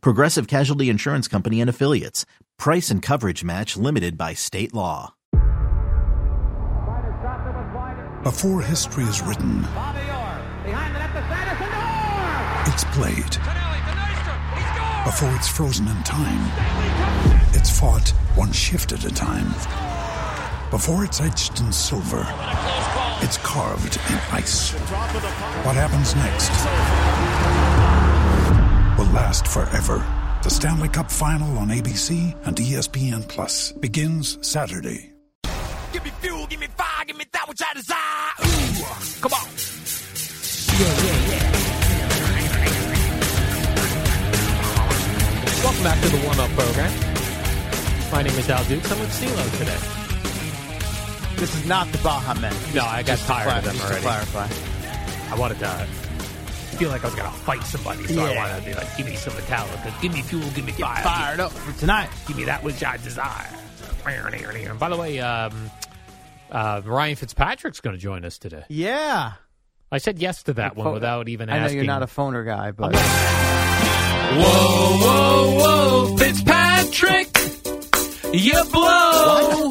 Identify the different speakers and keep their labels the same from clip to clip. Speaker 1: Progressive Casualty Insurance Company and Affiliates. Price and coverage match limited by state law.
Speaker 2: Before history is written, it's played. Before it's frozen in time, it's fought one shift at a time. Before it's etched in silver, it's carved in ice. What happens next will last forever. The Stanley Cup Final on ABC and E ESPN Plus begins Saturday.
Speaker 3: Give me fuel, give me fire, give me that which I desire. Ooh, come on.
Speaker 4: Welcome back to the warm up program. My name is Al Dukes. I'm with CeeLo today.
Speaker 5: This is not the Baja Men.
Speaker 4: No, I got tired of them
Speaker 5: just
Speaker 4: already.
Speaker 5: to clarify.
Speaker 4: I wanted to feel like I was going to fight somebody, so I
Speaker 5: Yeah.
Speaker 4: wanted to be like, give me some Metallica, give me fuel, give me fire,
Speaker 5: Fired up for tonight.
Speaker 4: give me that which I desire. And by the way, um, uh, Ryan Fitzpatrick's going to join us today.
Speaker 5: Yeah.
Speaker 4: I said yes to that one without even
Speaker 5: I know
Speaker 4: asking.
Speaker 5: you're not a phoner guy, but
Speaker 4: whoa, whoa, whoa, Fitzpatrick, you blow.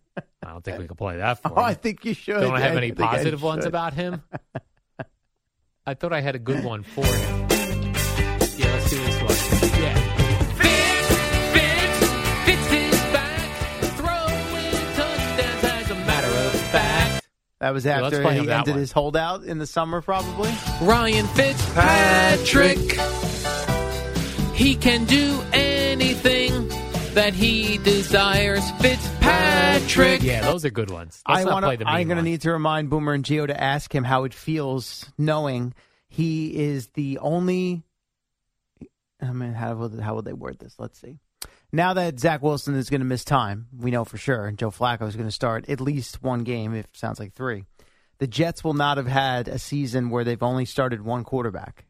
Speaker 4: I don't think we can play that for him.
Speaker 5: oh, I think you should.
Speaker 4: Don't I have any
Speaker 5: think I
Speaker 4: positive ones
Speaker 5: should.
Speaker 4: about him? I thought I had a good one for him. Yeah, let's do this one. Yeah.
Speaker 5: That was
Speaker 4: let's
Speaker 5: after
Speaker 4: play him
Speaker 5: he
Speaker 4: that
Speaker 5: ended
Speaker 4: one.
Speaker 5: his holdout in the summer, probably.
Speaker 4: Ryan Fitzpatrick, he can do anything that he desires. Fitzpatrick. Yeah, those are good ones. Let's
Speaker 5: I
Speaker 4: not
Speaker 5: wanna-
Speaker 4: play the mean
Speaker 5: I'm gonna
Speaker 4: one.
Speaker 5: need to remind Boomer and Geo to ask him how it feels knowing he is the only. I mean, how will how will they word this? Let's see. Now that Zach Wilson is going to miss time, we know for sure, and Joe Flacco is going to start at least one game, if sounds like three. The Jets will not have had a season where they've only started one quarterback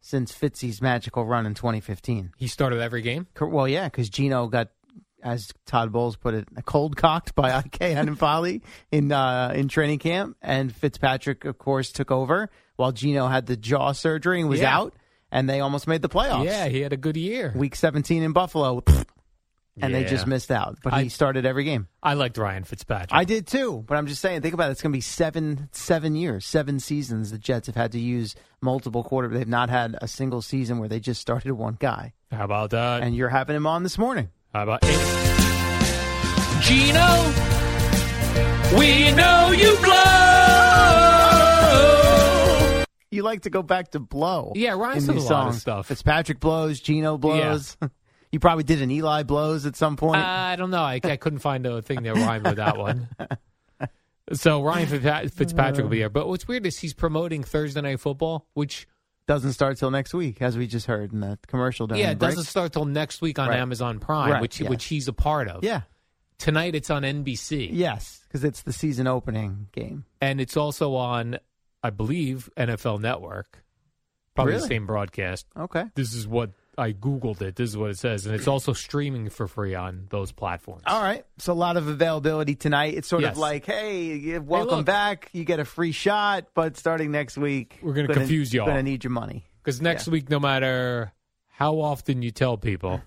Speaker 5: since Fitzy's magical run in 2015.
Speaker 4: He started every game.
Speaker 5: Cor- Well, yeah, because Gino got, as Todd Bowles put it, cold cocked by IK Anifali in uh, in training camp, and Fitzpatrick, of course, took over while Gino had the jaw surgery and was
Speaker 4: Yeah.
Speaker 5: out, and they almost made the playoffs.
Speaker 4: Yeah, he had a good year.
Speaker 5: Week 17 in Buffalo, and they just
Speaker 4: Yeah.
Speaker 5: missed out. But
Speaker 4: I-
Speaker 5: he started every game.
Speaker 4: I liked Ryan Fitzpatrick.
Speaker 5: I did too, but I'm just saying. Think about it. It's going to be seven, seven years, seven seasons. The Jets have had to use multiple quarter. They've not had a single season where they just started one guy,
Speaker 4: How about uh, that?
Speaker 5: and you're having him on this morning.
Speaker 4: How about it? Gino, we know you blow.
Speaker 5: You like to go back to blow.
Speaker 4: Yeah, rhymes
Speaker 5: in
Speaker 4: with
Speaker 5: these
Speaker 4: a lot of
Speaker 5: songs.
Speaker 4: stuff.
Speaker 5: Fitzpatrick blows, Gino blows. you probably did an Eli blows at some point.
Speaker 4: Uh, I don't know. I, I couldn't find a thing that rhymed with that one. So Ryan Fitzpa- Fitzpatrick will be here. But what's weird is he's promoting Thursday Night Football, which
Speaker 5: doesn't start till next week, as we just heard in the commercial. During
Speaker 4: yeah
Speaker 5: the break.
Speaker 4: doesn't start till next week on
Speaker 5: Right.
Speaker 4: Amazon Prime,
Speaker 5: Right,
Speaker 4: which
Speaker 5: yeah.
Speaker 4: which he's a part of.
Speaker 5: Yeah,
Speaker 4: Tonight it's on NBC.
Speaker 5: yes, because it's the season opening game.
Speaker 4: and it's also on, I believe, NFL Network. Probably the
Speaker 5: Really?
Speaker 4: same broadcast.
Speaker 5: Okay.
Speaker 4: this is what I googled it. This is what it says, and it's also streaming for free on those platforms.
Speaker 5: All right, so a lot of availability tonight. It's sort
Speaker 4: Yes.
Speaker 5: of like, hey, y- welcome
Speaker 4: look.
Speaker 5: back. You get a free shot, but starting next week,
Speaker 4: We're gonna
Speaker 5: gonna-
Speaker 4: confuse y'all.
Speaker 5: Gonna need your money.
Speaker 4: Because next week, no matter how often you tell people,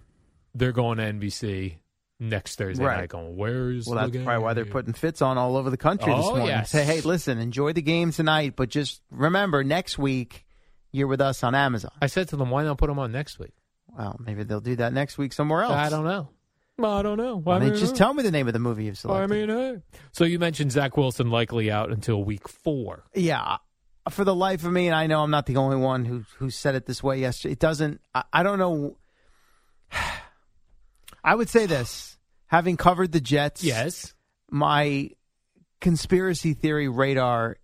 Speaker 4: they're going to NBC next Thursday
Speaker 5: Right.
Speaker 4: night. Going, where's
Speaker 5: Well, that's
Speaker 4: the
Speaker 5: probably why they're
Speaker 4: game?"
Speaker 5: putting fits on all over the country this
Speaker 4: Oh,
Speaker 5: morning.
Speaker 4: yes.
Speaker 5: Say, hey, listen, enjoy the game tonight, but just remember next week you're with us on Amazon.
Speaker 4: I said to them, why not put them on next week?
Speaker 5: Well, maybe they'll do that next week somewhere else.
Speaker 4: I don't know. I don't know.
Speaker 5: Oh. Why
Speaker 4: I
Speaker 5: don't you
Speaker 4: mean,
Speaker 5: just
Speaker 4: uh,
Speaker 5: tell me the name of the movie you've selected?
Speaker 4: I mean, uh. so you mentioned Zach Wilson likely out until week four.
Speaker 5: yeah. For the life of me, and I know I'm not the only one who who said it this way yesterday. It doesn't. I, I don't know. I would say this: having covered the Jets,
Speaker 4: Yes.
Speaker 5: my conspiracy theory radar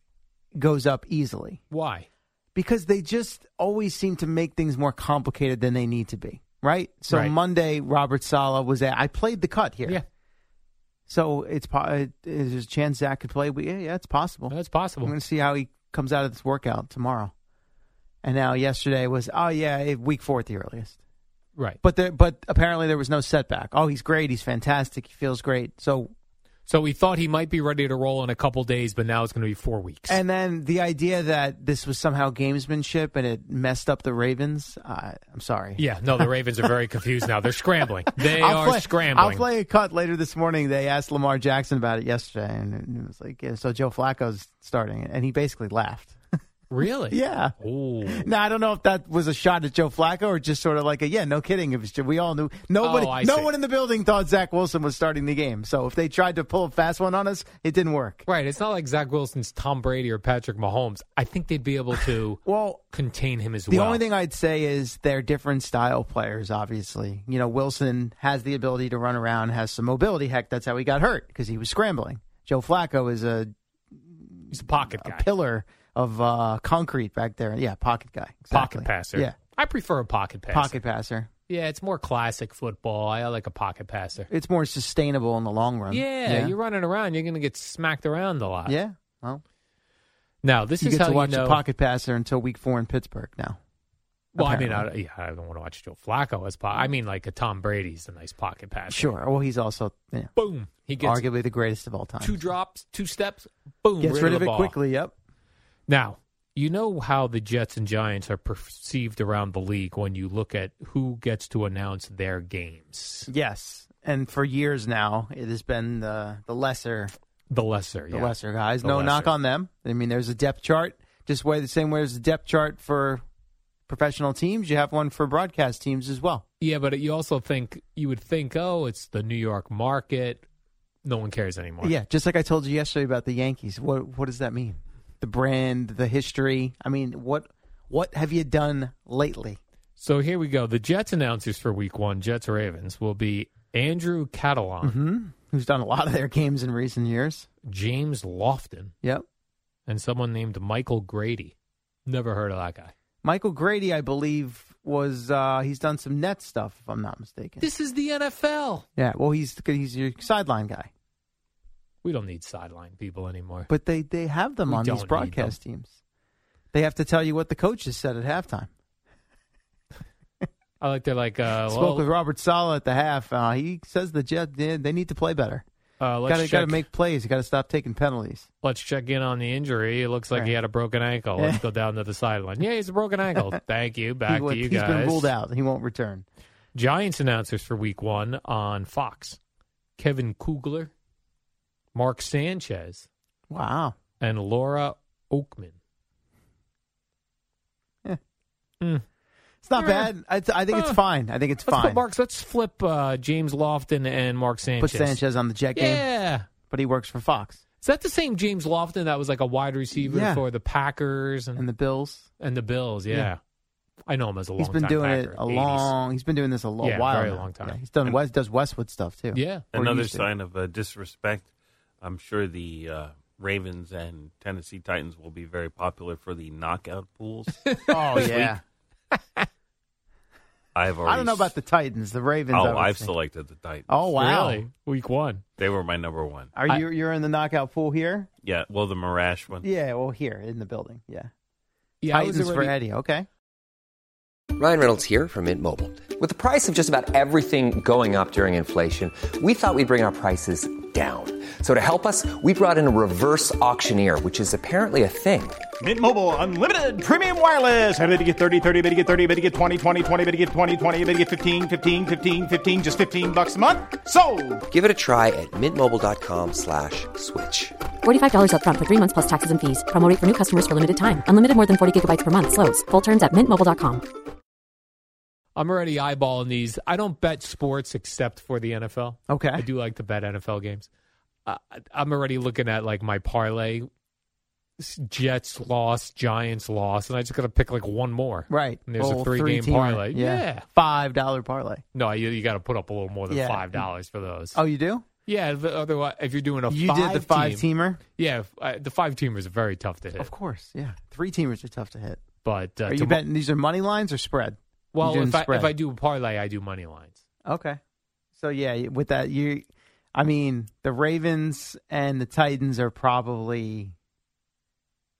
Speaker 5: goes up easily.
Speaker 4: Why?
Speaker 5: because they just always seem to make things more complicated than they need to be. right? So
Speaker 4: Right.
Speaker 5: Monday, Robert Sala was at. I played the cut here.
Speaker 4: Yeah,
Speaker 5: So it's po- uh, there's a chance Zach could play. But yeah, yeah, it's possible.
Speaker 4: that's possible.
Speaker 5: I'm going to see how he comes out of this workout tomorrow. And now yesterday was oh yeah, eh, week four at the earliest.
Speaker 4: right.
Speaker 5: But there, but apparently there was no setback. Oh, he's great. He's fantastic. He feels great. So
Speaker 4: So we thought he might be ready to roll in a couple days, but now it's going to be four weeks.
Speaker 5: and then the idea that this was somehow gamesmanship and it messed up the Ravens. Uh, I'm sorry.
Speaker 4: yeah, no, the Ravens are very confused now. They're scrambling. They are
Speaker 5: play,
Speaker 4: scrambling.
Speaker 5: I'll play a cut later this morning. They asked Lamar Jackson about it yesterday, and it was like, yeah, so Joe Flacco's starting it, and he basically laughed.
Speaker 4: Really?
Speaker 5: Yeah.
Speaker 4: Oh.
Speaker 5: Now I don't know if that was a shot at Joe Flacco or just sort of like a yeah, no kidding. It was we all knew nobody,
Speaker 4: Oh, I
Speaker 5: no
Speaker 4: see.
Speaker 5: one in the building thought Zach Wilson was starting the game. So if they tried to pull a fast one on us, it didn't work.
Speaker 4: Right. It's not like Zach Wilson's Tom Brady or Patrick Mahomes. I think they'd be able to
Speaker 5: Well,
Speaker 4: contain him as
Speaker 5: the
Speaker 4: well.
Speaker 5: only thing I'd say is they're different style players. Obviously, you know Wilson has the ability to run around, has some mobility. Heck, that's how he got hurt because he was scrambling. Joe Flacco is a
Speaker 4: He's a pocket guy.
Speaker 5: pillar of uh, concrete back there. Yeah, pocket guy.
Speaker 4: pocket
Speaker 5: Exactly.
Speaker 4: passer.
Speaker 5: Yeah,
Speaker 4: I prefer a pocket passer.
Speaker 5: pocket passer.
Speaker 4: Yeah, it's more classic football. I like a pocket passer.
Speaker 5: It's more sustainable in the long run.
Speaker 4: Yeah, you're running around. You're going to get smacked around a lot.
Speaker 5: Yeah. Well,
Speaker 4: Now, this
Speaker 5: you
Speaker 4: is
Speaker 5: get
Speaker 4: how
Speaker 5: to watch
Speaker 4: you know.
Speaker 5: a pocket passer until week four in Pittsburgh now.
Speaker 4: well, I mean, I,
Speaker 5: apparently.
Speaker 4: yeah, I don't want to watch Joe Flacco as po- I mean, like a Tom Brady's a nice pocket passer.
Speaker 5: Sure. Well, he's also yeah,
Speaker 4: Boom. He gets
Speaker 5: arguably the greatest of all time.
Speaker 4: two drops, two steps. Boom.
Speaker 5: Gets rid
Speaker 4: the
Speaker 5: of it
Speaker 4: ball.
Speaker 5: quickly. Yep.
Speaker 4: Now, you know how the Jets and Giants are perceived around the league when you look at who gets to announce their games.
Speaker 5: Yes. And for years now, it has been the the lesser
Speaker 4: The lesser,
Speaker 5: the
Speaker 4: yeah.
Speaker 5: lesser guys.
Speaker 4: The
Speaker 5: no knock
Speaker 4: lesser.
Speaker 5: on them. I mean, there's a depth chart just way the same way as a depth chart for professional teams. You have one for broadcast teams as well.
Speaker 4: Yeah, but you also think you would think, oh, it's the New York market. No one cares anymore.
Speaker 5: Yeah, just like I told you yesterday about the Yankees. What what does that mean? The brand, the history. I mean, what what have you done lately?
Speaker 4: So here we go. The Jets announcers for Week One, Jets Ravens, will be Andrew Catalan,
Speaker 5: Mm-hmm. Who's done a lot of their games in recent years?
Speaker 4: James Lofton,
Speaker 5: Yep.
Speaker 4: and someone named Michael Grady. Never heard of that guy.
Speaker 5: Michael Grady, I believe, was uh, he's done some net stuff, if I'm not mistaken.
Speaker 4: This is the NFL.
Speaker 5: Yeah, well, he's he's your sideline guy,
Speaker 4: We don't need sideline people anymore.
Speaker 5: but they they have them
Speaker 4: We
Speaker 5: on
Speaker 4: don't
Speaker 5: these
Speaker 4: need
Speaker 5: broadcast teams. They have to tell you what the coaches said at halftime.
Speaker 4: I like they're like uh,
Speaker 5: Spoke
Speaker 4: well,
Speaker 5: with Robert Sala at the half. Uh, he says the Jets they, they need to play better.
Speaker 4: uh, let's
Speaker 5: Got to got to
Speaker 4: check-
Speaker 5: make plays. You got to stop taking penalties.
Speaker 4: let's check in on the injury. It looks like he
Speaker 5: Right.
Speaker 4: had a broken ankle. Let's go down to the sideline. Yeah, he's a broken ankle. Thank you. Back
Speaker 5: he,
Speaker 4: to you
Speaker 5: has
Speaker 4: guys.
Speaker 5: been ruled out. He won't return.
Speaker 4: Giants announcers for week one on Fox Kevin Kugler, Mark Sanchez,
Speaker 5: Wow.
Speaker 4: and Laura Oakman.
Speaker 5: It's not bad. I, I think it's
Speaker 4: Huh.
Speaker 5: fine. I think it's
Speaker 4: Uh, Let's
Speaker 5: fine.
Speaker 4: put Mark's, let's flip uh, James Lofton and Mark
Speaker 5: Put
Speaker 4: Sanchez.
Speaker 5: Sanchez on the jet game,
Speaker 4: Yeah.
Speaker 5: but he works for Fox
Speaker 4: Is that the same James Lofton that was like a wide receiver
Speaker 5: Yeah.
Speaker 4: for the Packers and,
Speaker 5: and the Bills.
Speaker 4: and the Bills? Yeah.
Speaker 5: Yeah.
Speaker 4: I know him as a long
Speaker 5: He's been doing it a long. He's been doing this a long
Speaker 4: Yeah,
Speaker 5: while,
Speaker 4: very
Speaker 5: now.
Speaker 4: long time.
Speaker 5: Yeah, he's done West does Westwood stuff too.
Speaker 4: Yeah.
Speaker 5: Or
Speaker 6: Another
Speaker 5: used to.
Speaker 6: sign of uh, disrespect. I'm sure the uh, Ravens and Tennessee Titans will be very popular for the knockout pools.
Speaker 5: Oh yeah.
Speaker 6: I've already
Speaker 5: I don't know about the Titans, the Ravens. I
Speaker 6: Oh,
Speaker 5: would
Speaker 6: I've
Speaker 5: say.
Speaker 6: selected the Titans.
Speaker 5: Oh wow.
Speaker 4: Really? Week one.
Speaker 6: They were my number one.
Speaker 5: Are you you're in the knockout pool here?
Speaker 6: Yeah, well, the Marash one.
Speaker 5: Yeah, well here in the building. Yeah.
Speaker 4: Yeah, I was
Speaker 5: Titans for
Speaker 4: already-
Speaker 5: Eddie. Okay.
Speaker 7: Ryan Reynolds here from Mint Mobile. With the price of just about everything going up during inflation, we thought we'd bring our prices down. So to help us, we brought in a reverse auctioneer, which is apparently a thing.
Speaker 8: Mint Mobile unlimited premium wireless. Ready to get 30, 30, bet you get 30, bet you get 20, 20, 20, bet you get 20, 20, bet you get 15, 15, 15, 15 just 15 bucks a month. So,
Speaker 7: Give it a try at mintmobile.com slash switch.
Speaker 9: $45 up front for three months plus taxes and fees. Promoting for new customers for limited time. Unlimited more than 40 gigabytes per month. Slows. Full terms at mintmobile.com.
Speaker 4: I'm already eyeballing these. I don't bet sports except for the NFL.
Speaker 5: Okay.
Speaker 4: I do like to bet NFL games. Uh, I'm already looking at like my parlay. S- Jets loss, Giants loss, and I just got to pick like one more.
Speaker 5: Right. Oh,
Speaker 4: And there's
Speaker 5: Well,
Speaker 4: a three-game
Speaker 5: three-teamer.
Speaker 4: parlay.
Speaker 5: Yeah. Five dollar parlay.
Speaker 4: No, you, you got to put up a little more than
Speaker 5: Yeah.
Speaker 4: five dollars for those.
Speaker 5: Oh, you do?
Speaker 4: yeah. if- Otherwise, if you're doing a
Speaker 5: you
Speaker 4: five
Speaker 5: did the five
Speaker 4: team,
Speaker 5: teamer?
Speaker 4: yeah, if- uh, the five team is very tough to hit.
Speaker 5: Of course. Yeah. Three teamers are tough to hit.
Speaker 4: But uh,
Speaker 5: Are you
Speaker 4: tomo-
Speaker 5: betting these are money lines or spread?
Speaker 4: Well,
Speaker 5: doing
Speaker 4: if I,
Speaker 5: spread.
Speaker 4: if I do parlay, I do money lines.
Speaker 5: Okay. So yeah, with that you I mean, the Ravens and the Titans are probably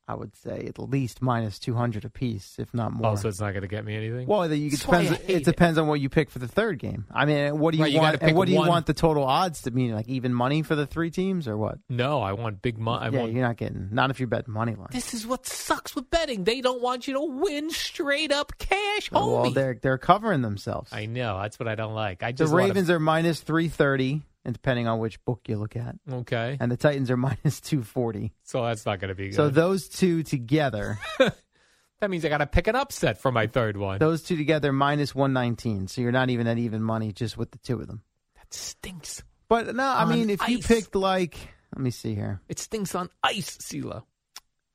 Speaker 5: I would say at least minus 200 apiece, if not more.
Speaker 4: Oh, so it's not going to get me anything.
Speaker 5: well, then you it
Speaker 4: That's why
Speaker 5: depends
Speaker 4: I hate
Speaker 5: it
Speaker 4: it.
Speaker 5: depends on what you pick for the third game. I mean, what do you
Speaker 4: Right, you
Speaker 5: want
Speaker 4: gotta
Speaker 5: and
Speaker 4: pick
Speaker 5: what do you
Speaker 4: one-
Speaker 5: want the total odds to mean? Like even money for the three teams or what?
Speaker 4: no, I want big money. I
Speaker 5: yeah,
Speaker 4: want
Speaker 5: you're not getting not if you're betting money line.
Speaker 4: This is what sucks with betting. They don't want you to win straight up cash,
Speaker 5: Oh, well,
Speaker 4: homie.
Speaker 5: they're they're covering themselves.
Speaker 4: Oh, I know that's what I don't like. I
Speaker 5: the
Speaker 4: just wanna-
Speaker 5: Ravens are minus 330 and depending on which book you look at,
Speaker 4: okay,
Speaker 5: and the Titans are minus 240.
Speaker 4: so that's not going to be good.
Speaker 5: So those two together,
Speaker 4: that means I got to pick an upset for my third one.
Speaker 5: those two together minus 119. So you're not even at even money just with the two of them.
Speaker 4: That stinks.
Speaker 5: But no, I
Speaker 4: On
Speaker 5: mean, if you
Speaker 4: ice.
Speaker 5: picked like, let me see here.
Speaker 4: It stinks on ice, CeeLo.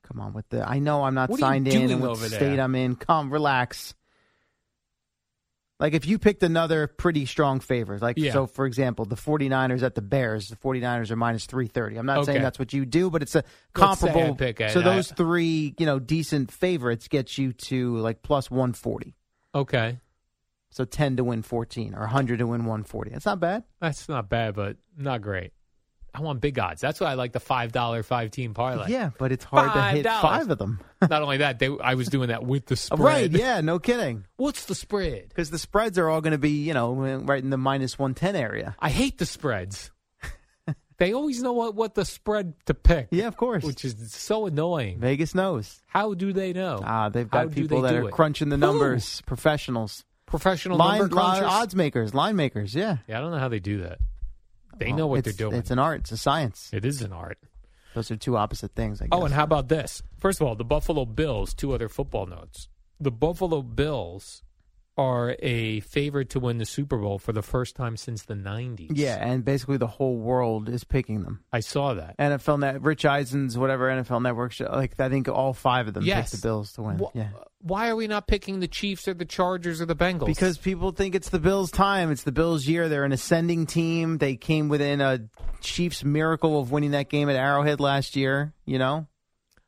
Speaker 5: Come on with the, I know I'm not
Speaker 4: What are you
Speaker 5: signed in
Speaker 4: doing
Speaker 5: and what
Speaker 4: over there?
Speaker 5: state I'm in. Come, relax. Like if you picked another pretty strong favorite, like
Speaker 4: Yeah.
Speaker 5: so for example, the 49ers at the Bears, the 49ers are minus 330. I'm not saying
Speaker 4: Okay.
Speaker 5: that's what you do, but it's a
Speaker 4: Let's say I
Speaker 5: comparable
Speaker 4: pick it.
Speaker 5: So
Speaker 4: I-
Speaker 5: those three, you know, decent favorites get you to like plus 140.
Speaker 4: Okay,
Speaker 5: So 10 to win 14 or 100 to win 140. That's not bad.
Speaker 4: that's not bad, but not great. I want big odds. That's why I like the five dollar five team parlay.
Speaker 5: yeah, but it's hard to hit
Speaker 4: $5.
Speaker 5: five of them.
Speaker 4: not only that, they, I was doing that with the spread.
Speaker 5: Right, yeah, no kidding.
Speaker 4: What's the spread?
Speaker 5: Because the spreads are all going to be, you know, right in the minus 110 area.
Speaker 4: I hate the spreads. they always know what, what the spread to pick.
Speaker 5: Yeah, of course.
Speaker 4: Which is so annoying.
Speaker 5: Vegas knows.
Speaker 4: How do they know?
Speaker 5: Ah, they've
Speaker 4: Oh. How
Speaker 5: got
Speaker 4: do
Speaker 5: people
Speaker 4: they
Speaker 5: that
Speaker 4: do
Speaker 5: are
Speaker 4: it?
Speaker 5: crunching the
Speaker 4: Who?
Speaker 5: numbers, professionals,
Speaker 4: Professional
Speaker 5: line,
Speaker 4: number
Speaker 5: line-
Speaker 4: crunchers.
Speaker 5: odds makers, line makers. Yeah,
Speaker 4: Yeah, I don't know how they do that. They
Speaker 5: Well,
Speaker 4: know what they're
Speaker 5: it's-
Speaker 4: doing.
Speaker 5: It's an art. It's a science.
Speaker 4: It is an art.
Speaker 5: Those are two opposite things. I guess.
Speaker 4: Oh, and how about this? First of all, the Buffalo Bills, two other football notes. The Buffalo Bills are a favorite to win the Super Bowl for the first time since the 90s.
Speaker 5: yeah, and basically the whole world is picking them.
Speaker 4: I saw that.
Speaker 5: NFL Net, Rich Eisen's whatever NFL Network show. Like I think all five of them
Speaker 4: yes.
Speaker 5: picked the Bills to win.
Speaker 4: Wh-
Speaker 5: yeah,
Speaker 4: Why are we not picking the Chiefs or the Chargers or the Bengals?
Speaker 5: because people think it's the Bills' time. It's the Bills' year. They're an ascending team. They came within a Chiefs miracle of winning that game at Arrowhead last year. You know,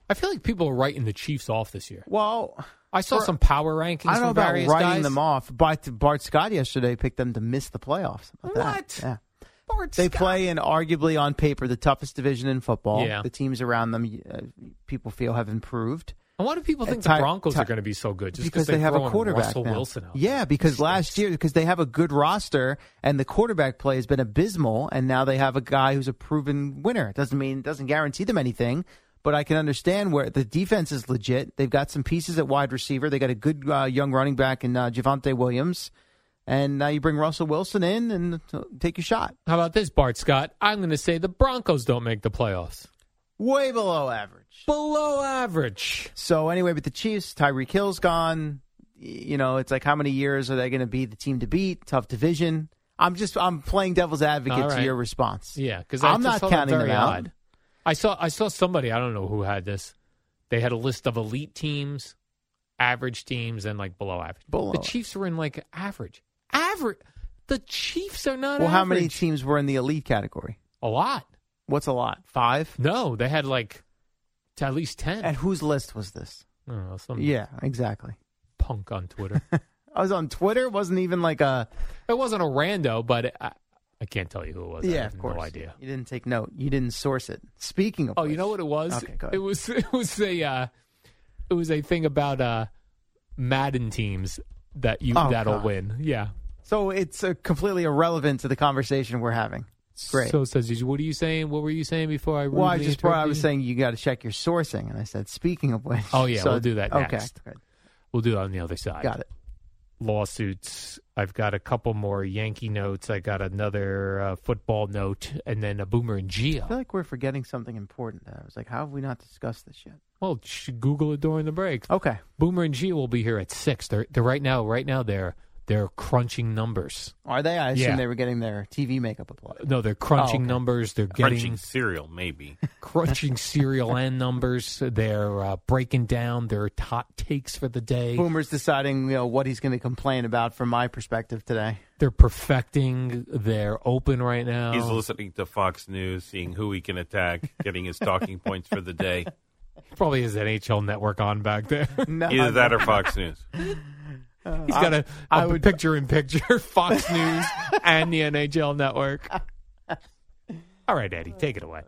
Speaker 4: I feel like people are writing the Chiefs off this year.
Speaker 5: well,
Speaker 4: I saw
Speaker 5: For-
Speaker 4: some power rankings.
Speaker 5: I don't know
Speaker 4: from
Speaker 5: about writing
Speaker 4: various guys.
Speaker 5: them off. But Bart Scott yesterday picked them to miss the playoffs. How about that?
Speaker 4: What?
Speaker 5: Yeah.
Speaker 4: Bart
Speaker 5: They
Speaker 4: Scott.
Speaker 5: play in arguably on paper the toughest division in football.
Speaker 4: Yeah.
Speaker 5: The teams around them, uh, people feel, have improved.
Speaker 4: And why do people think
Speaker 5: Ty-
Speaker 4: the Broncos
Speaker 5: Ty-
Speaker 4: are going to be so good? Just
Speaker 5: because
Speaker 4: they're
Speaker 5: they have a
Speaker 4: throwing
Speaker 5: quarterback
Speaker 4: Russell
Speaker 5: now.
Speaker 4: Wilson out.
Speaker 5: Yeah,
Speaker 4: there.
Speaker 5: because
Speaker 4: Stinks.
Speaker 5: last year because they have a good roster and the quarterback play has been abysmal, and now they have a guy who's a proven winner. It doesn't mean doesn't guarantee them anything, but I can understand where the defense is legit. They've got some pieces at wide receiver. They got a good uh, young running back in uh, Javante Williams, and now you bring Russell Wilson in and uh, take your shot.
Speaker 4: How about this, Bart Scott? I'm going to say the Broncos don't make the playoffs.
Speaker 5: Way below average.
Speaker 4: Below average.
Speaker 5: So anyway, but the Chiefs, Tyreek Hill's gone. Y- You know, it's like how many years are they going to be the team to beat? Tough division. I'm just I'm playing devil's advocate
Speaker 4: All
Speaker 5: to
Speaker 4: right.
Speaker 5: your response.
Speaker 4: Yeah, because
Speaker 5: I'm not counting
Speaker 4: very
Speaker 5: them out.
Speaker 4: Odd. I saw I saw somebody I don't know who had this. They had a list of elite teams, average teams, and like below average.
Speaker 5: Below.
Speaker 4: The Chiefs were in like average. Average. The Chiefs are not.
Speaker 5: Well, how many
Speaker 4: average.
Speaker 5: teams were in the elite category?
Speaker 4: A lot.
Speaker 5: What's a lot? Five.
Speaker 4: No, they had like t- at least ten.
Speaker 5: And whose list was this?
Speaker 4: I don't know, some
Speaker 5: Yeah, exactly.
Speaker 4: punk on Twitter.
Speaker 5: I was on Twitter. It wasn't even like a
Speaker 4: it wasn't a rando, but I, I can't tell you who it was. I
Speaker 5: yeah.
Speaker 4: have
Speaker 5: Of course,
Speaker 4: no idea.
Speaker 5: You didn't take note. You didn't source it. Speaking of,
Speaker 4: Oh, you
Speaker 5: which-
Speaker 4: know what it was?
Speaker 5: Okay, go ahead.
Speaker 4: it was it was a uh, it was a thing about uh, Madden teams that you
Speaker 5: Oh,
Speaker 4: that'll
Speaker 5: God.
Speaker 4: win. Yeah.
Speaker 5: So it's uh, completely irrelevant to the conversation we're having. Great.
Speaker 4: So says you. What are you saying? What were you saying before I?
Speaker 5: Well, I
Speaker 4: rudely
Speaker 5: just brought. I
Speaker 4: interrupted
Speaker 5: was
Speaker 4: you?
Speaker 5: saying you got to check your sourcing, and I said, speaking of which.
Speaker 4: Oh, yeah, we'll do that
Speaker 5: Okay,
Speaker 4: next.
Speaker 5: good.
Speaker 4: we'll do it on the other side.
Speaker 5: got it.
Speaker 4: Lawsuits. I've got a couple more Yankee notes. I got another uh, football note, and then a Boomer and
Speaker 5: I feel
Speaker 4: Geo.
Speaker 5: like we're forgetting something important. I was like, how have we not discussed this yet?
Speaker 4: Well, sh- Google it during the break.
Speaker 5: Okay,
Speaker 4: Boomer and Geo will be here at six. They're, they're right now. Right now, they're they're crunching numbers.
Speaker 5: are they? I assume
Speaker 4: Yeah.
Speaker 5: they were getting their TV makeup applied.
Speaker 4: No, they're crunching
Speaker 5: Oh, okay.
Speaker 4: numbers. They're getting
Speaker 6: Crunching cereal, maybe.
Speaker 4: crunching serial and numbers. They're uh, breaking down their hot takes for the day.
Speaker 5: Boomer's deciding, you know, what he's going to complain about from my perspective today.
Speaker 4: They're perfecting their open right now.
Speaker 5: Oh.
Speaker 6: He's listening to Fox News, seeing who he can attack, getting his talking points for the day.
Speaker 4: Probably has that HL network on back there.
Speaker 5: No,
Speaker 6: Either that or Fox News.
Speaker 4: He's got a
Speaker 5: Uh, I
Speaker 4: a
Speaker 5: would-
Speaker 4: picture in picture Fox News and the NHL Network. All right, Eddie, take it away.